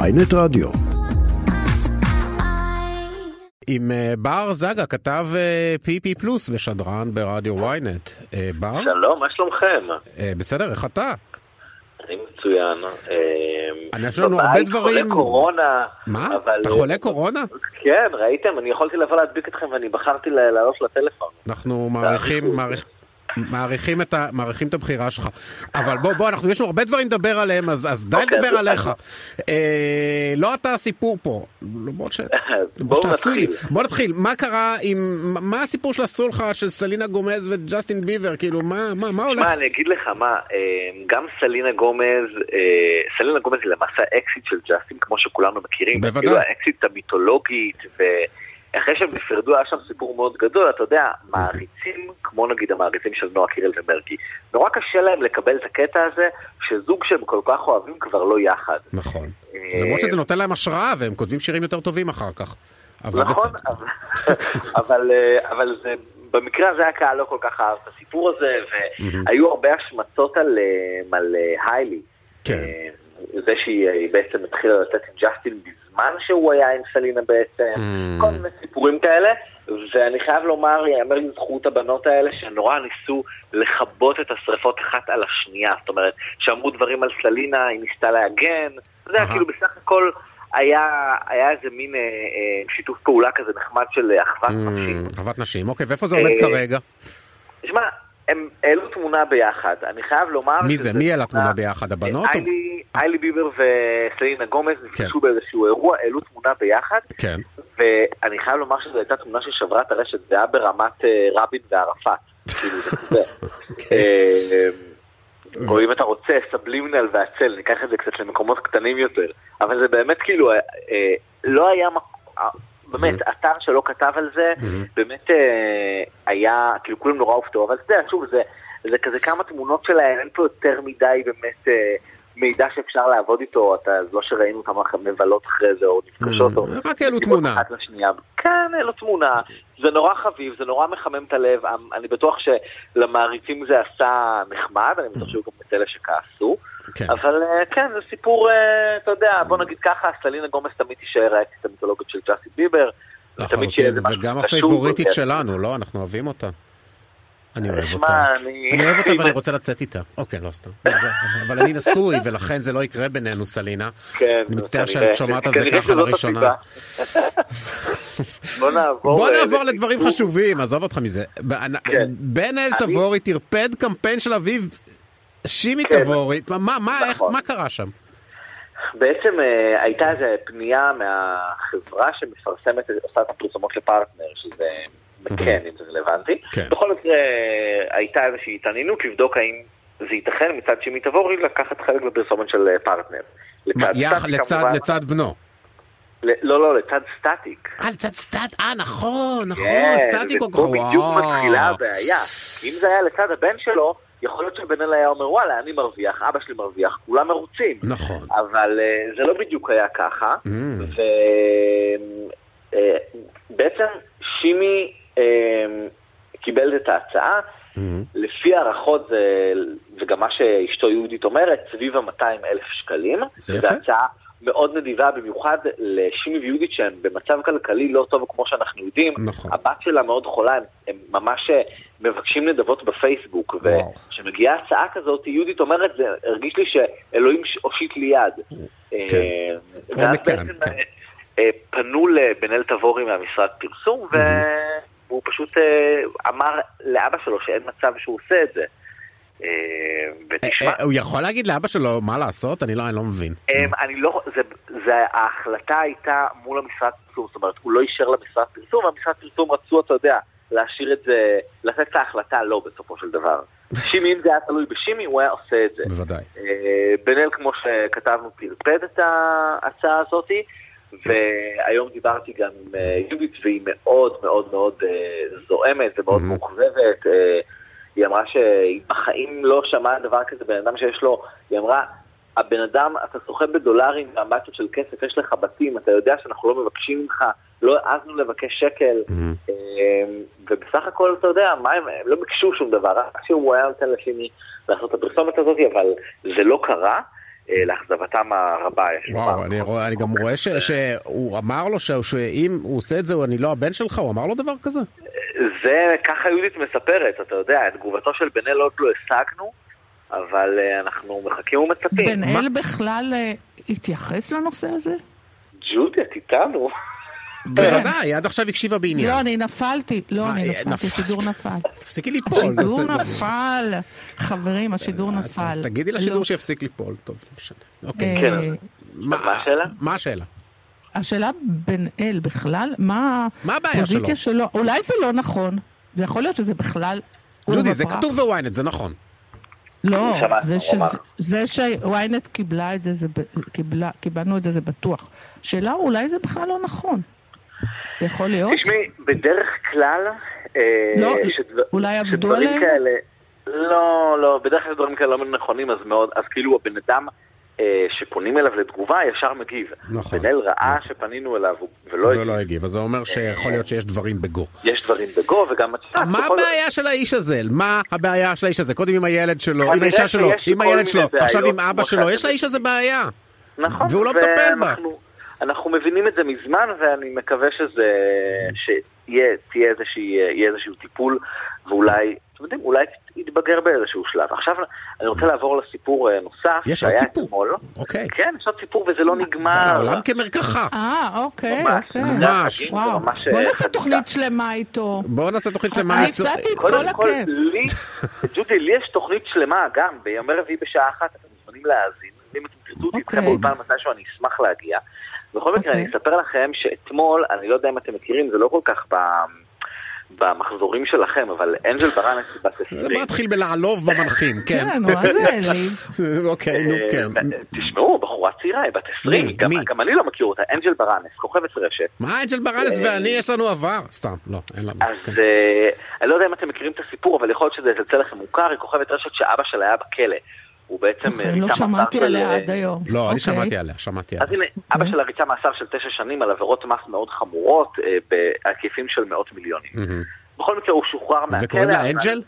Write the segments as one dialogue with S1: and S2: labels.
S1: ויינט רדיו.
S2: עם אה, בר זגה, כתב אה, PP פלוס ושדרן ברדיו ynet. אה, בר,
S3: שלום, מה שלומכם?
S2: אה, בסדר, איך אתה?
S3: אני מצוין. אמ,
S2: אני, יש לנו הרבה דברים.
S3: בבית חולה קורונה.
S2: מה?
S3: אבל-
S2: אתה חולה קורונה?
S3: כן, ראיתם? אני יכולתי לבוא להדביק אתכם ואני בחרתי ל- לעלות לטלפון.
S2: אנחנו מעריכים,
S3: תעריכו.
S2: מעריכ- מעריכים את, ה, מעריכים את הבחירה שלך. אבל בוא, בוא, אנחנו, יש לנו הרבה דברים לדבר עליהם, אז, אז די
S3: אוקיי,
S2: לדבר
S3: אז-
S2: עליך. אה, לא אתה הסיפור פה. למרות ש...
S3: בואו
S2: שתעשו לי.
S3: נתחיל.
S2: בוא נתחיל, מה קרה עם, מה הסיפור של הסולחה של סלינה גומז וג'סטין ביבר, כאילו, מה, מה, מה הולך?
S3: מה, אני אגיד לך מה, אמ, גם סלינה גומז, אה, סלינה גומז היא למעשה האקסיט של ג'אסטין, כמו שכולנו מכירים.
S2: בוודאי.
S3: כאילו האקסיט המיתולוגית, ואחרי שהם נפרדו היה שם סיפור מאוד גדול, אתה יודע, מעריצים, כמו נגיד המעריצים של נועה קירל ומרגי, נורא קשה להם לקבל את הקטע הזה, שזוג שהם כל כך אוהבים כבר לא יחד.
S2: נכון.
S3: אה,
S2: למרות שזה נותן להם השראה והם כותבים שירים יותר טובים אחר כך. אבל
S3: נכון,
S2: בסדר.
S3: אבל, אבל, אה, אבל זה, במקרה הזה הקהל לא כל כך אהב את הסיפור הזה,
S2: Mm.
S3: והיו הרבה השמצות על, אה, על אה, היילי.
S2: כן.
S3: אה, זה שהיא אה, בעצם התחילה לתת עם ג'סטין בזמן שהוא היה עם סלינה בעצם,
S2: Mm.
S3: כל מיני סיפורים כאלה, ואני חייב לומר, יאמר לזכות הבנות האלה, שנורא ניסו לכבות את השריפות אחת על השנייה, זאת אומרת, שאמרו דברים על סלינה, היא ניסתה להגן, זה היה
S2: אהה.
S3: כאילו בסך הכל... היה, היה איזה מין אה, אה, שיתוף פעולה כזה נחמד של אה, אחוות נשים.
S2: Mm, אהבת נשים. אוקיי, ואיפה זה עומד
S3: אה,
S2: כרגע?
S3: תשמע, הם העלו תמונה ביחד, אני חייב לומר...
S2: מי
S3: שזה
S2: זה? מי על
S3: תמונה-
S2: התמונה ביחד?
S3: אה,
S2: הבנות? או-
S3: איילי- איילי ביבר וסלינה גומז נפגשו באיזשהו אירוע, העלו תמונה ביחד,
S2: כן.
S3: ואני חייב לומר שזו הייתה תמונה ששברה את הרשת, זה היה ברמת אה, רבין וערפאת. כאילו, זה. אה, או אם אתה רוצה, סבלימינל והצל, ניקח את זה קצת למקומות קטנים יותר. אבל זה באמת כאילו, אה, אה, לא היה... מק- אה, באמת, אתר שלא כתב על זה, באמת אה, היה, כאילו כולם נורא הופתעו, אבל אתה יודע, שוב, זה, זה כזה כמה תמונות שלהם, אין פה יותר מדי באמת אה, מידע שאפשר לעבוד איתו, אתה, זה לא שראינו כמה מבלות אחרי זה, או נפגשות, או...
S2: רק העלו תמונה.
S3: אחת לשנייה. כן, העלו תמונה. זה נורא חביב, זה נורא מחמם את הלב, אמ, אני בטוח שלמעריצים זה עשה נחמד, אני בטוח שהיו גם את אלה שכעסו.
S2: כן.
S3: אבל אה, כן, זה סיפור, אה, אתה יודע, בוא נגיד ככה, סלינה גומס תמיד תישאר האקסיט המיתולוגית של ג'אסי ביבר. תמיד שיהיה
S2: לחלוטין.
S3: איזה משהו
S2: וגם
S3: קשור
S2: הפייבוריטית
S3: בזה.
S2: שלנו, לא? אנחנו אוהבים אותה. אני אוהב אותה.
S3: שמע, אני...
S2: אני אוהב אותה ואני רוצה לצאת איתה. אוקיי, לא סתם. אבל אני נשוי ולכן זה לא יקרה בינינו, סלינה.
S3: כן,
S2: אני מצטער
S3: כנראה.
S2: שאת שומעת על זה
S3: כנראה
S2: ככה
S3: שזאת
S2: לראשונה.
S3: הסיבה. בוא נעבור...
S2: בוא
S3: אה,
S2: נעבור לדברים
S3: לסיפור.
S2: חשובים, עזוב אותך מזה. באנ-
S3: כן.
S2: בן אל
S3: אני-
S2: תבורי טרפד קמפיין של אביו שימי
S3: כן.
S2: תבורי, מה- מה- מה איך-
S3: נכון.
S2: מה קרה שם?
S3: בעצם אה, הייתה איזו פנייה מהחברה שמפרסמת, אה, עושה את הפרסומות לפרטנר, שזה מקן, אם זה רלוונטי.
S2: כן.
S3: בכל מקרה, אה, הייתה איזושהי התעניינות לבדוק האם זה ייתכן מצד שמי תבורי לקחת חלק בפרסומת של אה, פרטנר.
S2: מה,
S3: לצד
S2: יח-
S3: סטטיק,
S2: לצד-
S3: כמובן.
S2: לצד בנו.
S3: ל- לא, לא, לצד סטטיק.
S2: אה, לצד סטט, אה, נכון, נכון,
S3: כן,
S2: סטטי כל כך,
S3: ופה בדיוק
S2: וואו.
S3: מתחילה הבעיה. אם זה היה לצד הבן שלו, יכול להיות שבן אל היה אומר, וואלה, אני מרוויח, אבא שלי מרוויח, כולם מרוצים.
S2: נכון.
S3: אבל אה, זה לא בדיוק היה ככה.
S2: Mm,
S3: ובעצם שימי אה, קיבל את ההצעה,
S2: mm,
S3: לפי הערכות זה, וגם מה שאשתו יהודית אומרת, סביב ה-200 אלף שקלים.
S2: זה יפה.
S3: זו הצעה מאוד נדיבה, במיוחד לשימי ויהודית שהם במצב כלכלי לא טוב כמו שאנחנו יודעים.
S2: נכון.
S3: הבת שלה מאוד חולה, הם, הם ממש אה, מבקשים נדבות בפייסבוק,
S2: וואו.
S3: וכשמגיעה הצעה כזאת, יהודית אומרת, זה הרגיש לי שאלוהים ש- הושיט לי יד.
S2: כן.
S3: אה,
S2: או
S3: ואז
S2: מכאן,
S3: בעצם
S2: כן.
S3: אה, אה, פנו לבן אל תבורי מהמשרד פרסום, ו- והוא פשוט אה, אמר לאבא שלו שאין מצב שהוא עושה את זה. אה, ותשמע,
S2: אה, אה, הוא יכול להגיד לאבא שלו מה לעשות? אני לא אני לא מבין.
S3: אמ, אני לא, זה, זה, ההחלטה הייתה מול המשרד פרסום, זאת אומרת, הוא לא אישר למשרד פרסום, והמשרד פרסום רצו, אתה יודע, להשאיר את זה, לתת את ההחלטה לא בסופו של דבר. שימי, אם זה היה תלוי בשימי, הוא היה עושה את זה.
S2: בוודאי.
S3: אה, בן אל, כמו שכתבנו, טרפד את ההצעה הזאת, והיום דיברתי גם עם אה, יהודית, והיא מאוד מאוד מאוד אה, זועמת ומאוד
S2: Mhm.
S3: מאוכזבת. אה, היא אמרה שהיא בחיים לא שמעה דבר כזה, בן אדם שיש לו, היא אמרה, הבן אדם, אתה סוחב בדולרים ואמבטיות של כסף, יש לך בתים, אתה יודע שאנחנו לא מבקשים ממך, לא העזנו לבקש שקל,
S2: Mm.
S3: אמ, ובסך הכל, אתה יודע, מה הם, הם לא ביקשו שום דבר, רק שהוא היה נותן לשני לעשות את הפרסומת הזאת, אבל זה לא קרה. אה, לאכזבתם הרבה. יש
S2: וואו,
S3: לומר.
S2: אני, רוא, אני גם רואה ש, שהוא אמר לו ש, שאם הוא עושה את זה, הוא- אני לא הבן שלך, הוא אמר לו דבר כזה?
S3: זה, ככה יהודית מספרת, אתה יודע, את תגובתו של בן אל עוד לא השגנו, אבל אה, אנחנו
S2: כן.
S3: מחכים ומצפים.
S1: בן אל בכלל אה, התייחס לנושא הזה?
S3: ג'ודי, את איתנו?
S2: כן. בוודאי, עד עכשיו הקשיבה בעניין.
S1: לא, אני נפלתי. לא,
S2: אה,
S1: אני
S2: אה,
S1: נפלתי,
S2: נפלת. לא
S1: השידור נפל.
S2: תפסיקי ליפול.
S1: השידור
S2: ת- ת-
S1: נפל. חברים, השידור
S2: אז-
S1: נפל.
S2: אה, אז תגידי
S1: לא.
S2: לשידור שיפסיק ליפול. טוב, לא משנה. אוקיי.
S3: כן,
S1: אה,
S3: מה השאלה?
S2: מה השאלה?
S1: השאלה בן אל בכלל, מה
S2: מה הבעיה שלו?
S1: הפוזיציה שלו? אולי זה לא נכון. זה יכול להיות שזה בכלל... עורבא
S2: ג'ודי, זה
S1: פרח.
S2: כתוב בוויינט, זה נכון.
S1: לא,
S3: שמענו,
S1: זה
S3: הוא אמר.
S1: שזה- זה שוויינט קיבלה את זה, זה ב- קיבלה- קיבלנו את זה, זה בטוח. שאלה, אולי זה בכלל לא נכון. זה יכול להיות?
S3: תשמעי, בדרך כלל... אה,
S1: לא,
S3: שדבר-
S1: אולי עבדו
S3: שדברים
S1: עליהם?
S3: כאלה... לא, לא, בדרך כלל דברים כאלה לא נכונים, אז מאוד, אז כאילו הבן אדם אה, שפונים אליו לתגובה ישר מגיב.
S2: נכון.
S3: בן אל ראה שפנינו אליו ולא
S2: זה
S3: הגיב.
S2: לא הגיב, אז זה אומר שיכול להיות שיש דברים בגו.
S3: יש דברים בגו וגם... את יודעת,
S2: מה
S3: אה, בכל-
S2: הבעיה של האיש הזה? מה הבעיה של האיש הזה? קודם עם הילד שלו, עם
S3: כנראה
S2: האישה שלו,
S3: שיש
S2: עם
S3: כל
S2: הילד
S3: מיני
S2: שלו,
S3: בעיות,
S2: עכשיו עם אבא
S3: כמו
S2: שלו,
S3: שאת
S2: יש לאיש הזה בעיה.
S3: נכון.
S2: והוא לא מטפל בה.
S3: ואנחנו- אנחנו מבינים את זה מזמן, ואני מקווה שזה... שיהיה תהיה איזושהי, אה, יהיה איזשהו טיפול, ואולי, אתם יודעים, אולי יתבגר באיזשהו שלב. עכשיו אני רוצה לעבור לסיפור אה, נוסף.
S2: יש עוד
S3: שהיה
S2: סיפור.
S3: אתמול.
S2: אוקיי.
S3: כן, יש עוד סיפור וזה לא נגמר.
S2: העולם כמרקחה.
S1: אה, אוקיי,
S3: ממש,
S1: אוקיי.
S3: זה
S2: ממש.
S3: החגים, זה
S1: וואו,
S3: ממש,
S1: בוא
S3: אה,
S1: נעשה
S3: חגיגה.
S1: תוכנית שלמה איתו.
S2: בואו נעשה תוכנית שלמה.
S1: אני הפסדתי את כל
S3: קודם כל,
S1: הכיף.
S3: לי, ג'ודי, לי יש תוכנית שלמה גם, בימי רביעי בשעה אחת, אתם מוזמנים להאזין. אם אתם תרצו, תצא
S1: אוקיי.
S3: באולפן מתישהו, אני אשמח להגיע. בכל מקרה,
S1: אוקיי.
S3: אני אספר לכם שאתמול, אני לא יודע אם אתם מכירים, זה לא כל כך ב- במחזורים שלכם, אבל אנג'ל ברן היא בת
S2: בוא
S3: 20.
S2: נתחיל בלעלוב במנחים, כן.
S1: כן, מה זה אליב?
S2: אוקיי, נו
S3: אה,
S2: כן.
S3: תשמעו, בחורה צעירה, היא בת 20,
S2: מי?
S3: גם-
S2: מי?
S3: גם אני לא מכיר אותה, אנג'ל ברנס, כוכבת רשת.
S2: מה אנג'ל ברנס
S1: אה.
S2: ואני יש לנו עבר? סתם, לא, אין לנו.
S3: אז
S2: כן.
S3: אה, אני לא יודע אם אתם מכירים את הסיפור, אבל יכול להיות שזה יצא לכם מוכר, היא כוכבת רשת שאבא שלה היה בכלא. הוא בעצם
S2: נכון,
S3: אה,
S1: לא
S3: ריצה
S1: שמעתי
S3: מאסר של,
S1: עליה
S3: אה,
S1: עד היום.
S2: לא, אני
S1: אוקיי.
S2: שמעתי עליה, שמעתי
S3: אז
S2: עליה.
S3: הנה, אבא שלה ריצה מאסר של תשע שנים על עבירות מס מאוד חמורות, אה, בהיקפים של מאות מיליונים.
S1: אוקיי.
S2: מהמם.
S3: בכל מקרה, הוא שוחרר מהכלא.
S2: Mm. וקוראים לה
S3: אבל-
S2: אנג'ל?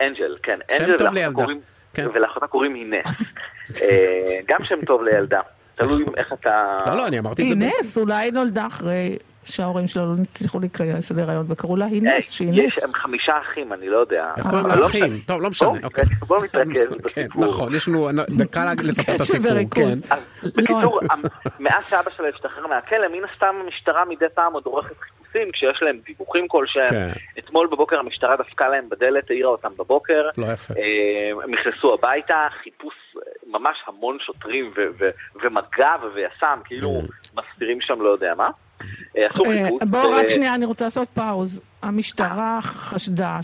S3: אנג'ל, כן.
S2: שם
S3: אנג'ל,
S2: טוב
S3: ולאחותה
S2: לילדה.
S3: קוראים-
S2: כן.
S3: ולאחותה קוראים הינס. אה, גם שם טוב לילדה. תלוי איך אתה...
S2: לא, לא, אני אמרתי את זה.
S1: היא
S2: ב-
S1: נס, אולי היא נולדה אחרי שההורים שלה לא הצליחו להיכנס להיריון, וקראו לה היא
S3: אה,
S1: נס, שהיא
S3: יש,
S1: נס.
S3: הם חמישה אחים, אני לא יודע.
S2: איך קוראים
S1: אה.
S3: אבל לא
S2: לאחים?
S3: משנה.
S2: טוב, לא משנה,
S3: בואו
S2: אוקיי.
S3: נתרכז- בואו נתרכז
S2: כן,
S3: בסיפור.
S2: נכון, יש לנו דקה רק לספר את
S1: קשב
S2: הסיפור, כן.
S1: וריכוז.
S3: אז בקיצור, המ- מאז שאבא שלה השתחרר מהכלא, מן הסתם המשטרה מדי פעם עוד עורכת חיפושים, כשיש להם דיווחים כלשהם.
S2: כן,
S3: אתמול בבוקר המשטרה דפקה להם בדלת, העירה אותם בבוקר.
S2: לא יפה.
S3: אה, הם נכנסו הביתה, חיפוש אה, ממש המון שוטרים ו- ו- ומג"ב ויס"מ, כאילו
S2: Mm.
S3: מסתירים שם לא יודע מה. אה, עשו
S1: אה,
S3: חיפוש.
S1: בואו
S3: אה,
S1: רק שנייה, אני רוצה לעשות פאוז. המשטרה חשדה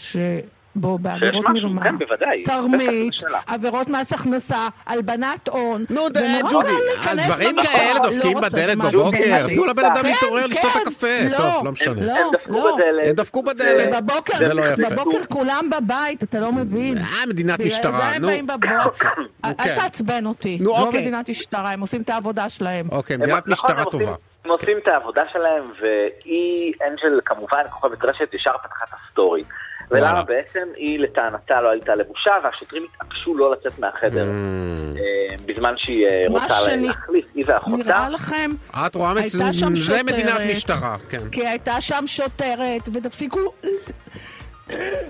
S1: שבו
S3: שיש
S1: בעבירות
S3: משהו,
S1: מרמה,
S3: כן, בוודאי.
S1: תרמית,
S3: זה שאלה.
S1: עבירות מס הכנסה, הלבנת הון.
S2: נו, די,
S1: ונורא
S2: ג'ודי,
S1: קל להיכנס
S2: דברים
S1: במשטרה.
S2: כאלה
S1: לא
S2: דופקים
S1: רוצה, זה
S2: בדלת
S1: מעצבן
S2: בבוקר,
S1: אותי.
S2: תנו לבן אדם
S1: כן,
S2: להתעורר, לשתות
S1: כן,
S2: את הקפה. טוב, לא משנה.
S1: לא,
S3: הם דפקו
S1: לא.
S3: בדלת.
S2: הם דפקו בדלת.
S3: אה,
S1: בבוקר,
S2: זה לא יפה.
S1: בבוקר כולם בבית, אתה לא מבין.
S2: אה, מדינת
S1: בגלל זה
S2: משטרה,
S1: הם
S2: נו.
S1: באים
S3: אה,
S1: בבוקר. אל
S2: כן.
S1: אל תעצבן אותי.
S2: נו,
S1: לא
S2: אוקיי.
S1: מדינת משטרה, הם עושים את העבודה שלהם.
S2: אוקיי,
S3: הם-
S2: מדינת
S3: נכון,
S2: משטרה
S3: הם עושים-
S2: טובה.
S3: הם עושים את העבודה שלהם, והיא, אנג'ל כמובן, כוכבת רשת, ישר פתחה את הסטורי.
S2: וואלה.
S3: ולמה בעצם היא לטענתה לא עלתה לבושה, והשוטרים התעקשו לא לצאת מהחדר.
S2: Mm.
S3: אה, בזמן שהיא אה,
S1: מה
S3: רוצה
S1: שאני-
S3: להחליף, היא
S2: אוקיי.
S3: ואחותה.
S1: נראה לכם
S2: אה. את רואה
S1: הייתה
S2: מצ-
S1: שם
S2: זה
S1: שוטרת.
S2: מדינת משטרה, כן.
S1: כי הייתה שם שוטרת, ותפסיקו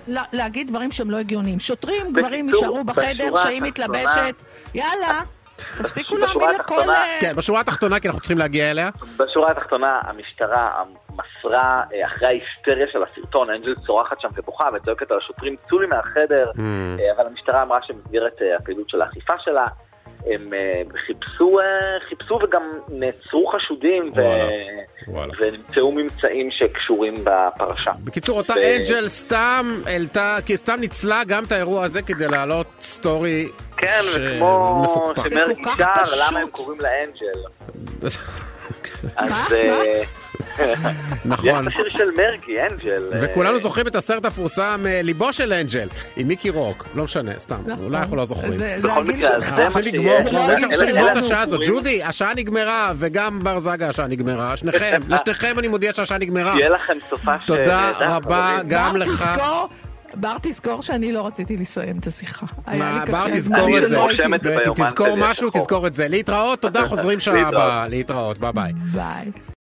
S1: לה- להגיד דברים שהם לא הגיוניים. שוטרים, גברים
S3: בקיצור,
S1: נשארו בחדר
S3: בשורה
S1: שהיא
S3: התחתונה-
S1: מתלבשת, יאללה, תפסיקו
S3: בשורה
S1: להאמין לכל...
S3: התחתונה-
S1: אה,
S2: כן, בשורה התחתונה, כי אנחנו צריכים להגיע אליה.
S3: בשורה התחתונה, המשטרה אה, מסרה, אה, אחרי ההיסטריה של הסרטון, אנג'ל צורחת שם ובוכה וצועקת על השוטרים, צאו לי מהחדר.
S2: Mm.
S3: אה, אבל המשטרה אמרה שבמסגרת אה, הפעילות של האכיפה שלה, הם אה, חיפשו, אה, חיפשו וגם נעצרו חשודים ו...
S2: וואלה, וואלה.
S3: ונמצאו ממצאים שקשורים בפרשה.
S2: בקיצור, אותה
S3: ו-
S2: אנג'ל סתם העלתה, כי סתם ניצלה גם את האירוע הזה כדי להעלות סטורי
S3: כן,
S2: ש-
S3: וכמו
S2: מפוקפק.
S1: זה
S3: שמרגי
S1: כל כך
S3: שר,
S1: פשוט.
S3: למה הם קוראים לה אנג'ל? אז
S1: מה?
S3: אה, יש
S2: נכון.
S3: את השיר של מרגי, אנג'ל. אה,
S2: וכולנו זוכרים את הסרט המפורסם אה, ליבו של אנג'ל, עם מיקי רוק, לא משנה, סתם,
S1: נכון.
S2: אולי אנחנו לא זוכרים.
S1: זה- זה
S3: בכל
S1: הגיל
S3: מקרה, אז
S1: שלך.
S2: אנחנו
S3: זה מה
S2: צריכים
S3: שיהיה.
S2: לגמור,
S1: לא,
S2: אנחנו
S1: אלה-
S2: צריכים
S1: אלה
S2: לגמור את
S1: אנחנו
S2: השעה הזאת.
S3: קוראים-
S2: ג'ודי, השעה נגמרה, וגם בר זגה השעה נגמרה, שניכם, לשניכם אני מודיע שהשעה נגמרה.
S3: יהיה לכם סופה ש...
S2: תודה
S3: נהדר,
S2: רבה,
S3: חברים.
S2: גם
S1: בר,
S2: לך.
S1: תזכור, בר תזכור שאני לא רציתי לסיים את השיחה. היה לי
S2: מה,
S1: קשה.
S2: בר תזכור
S1: אני לא
S2: את זה,
S1: שלא הייתי-
S3: רושם את זה
S2: אם
S3: ביומן
S2: תזכור
S3: שלי,
S2: משהו
S3: השחור.
S2: תזכור את זה. להתראות, תודה, חוזרים שנה
S3: להתראות.
S2: הבאה, להתראות, ביי ביי.
S1: ביי.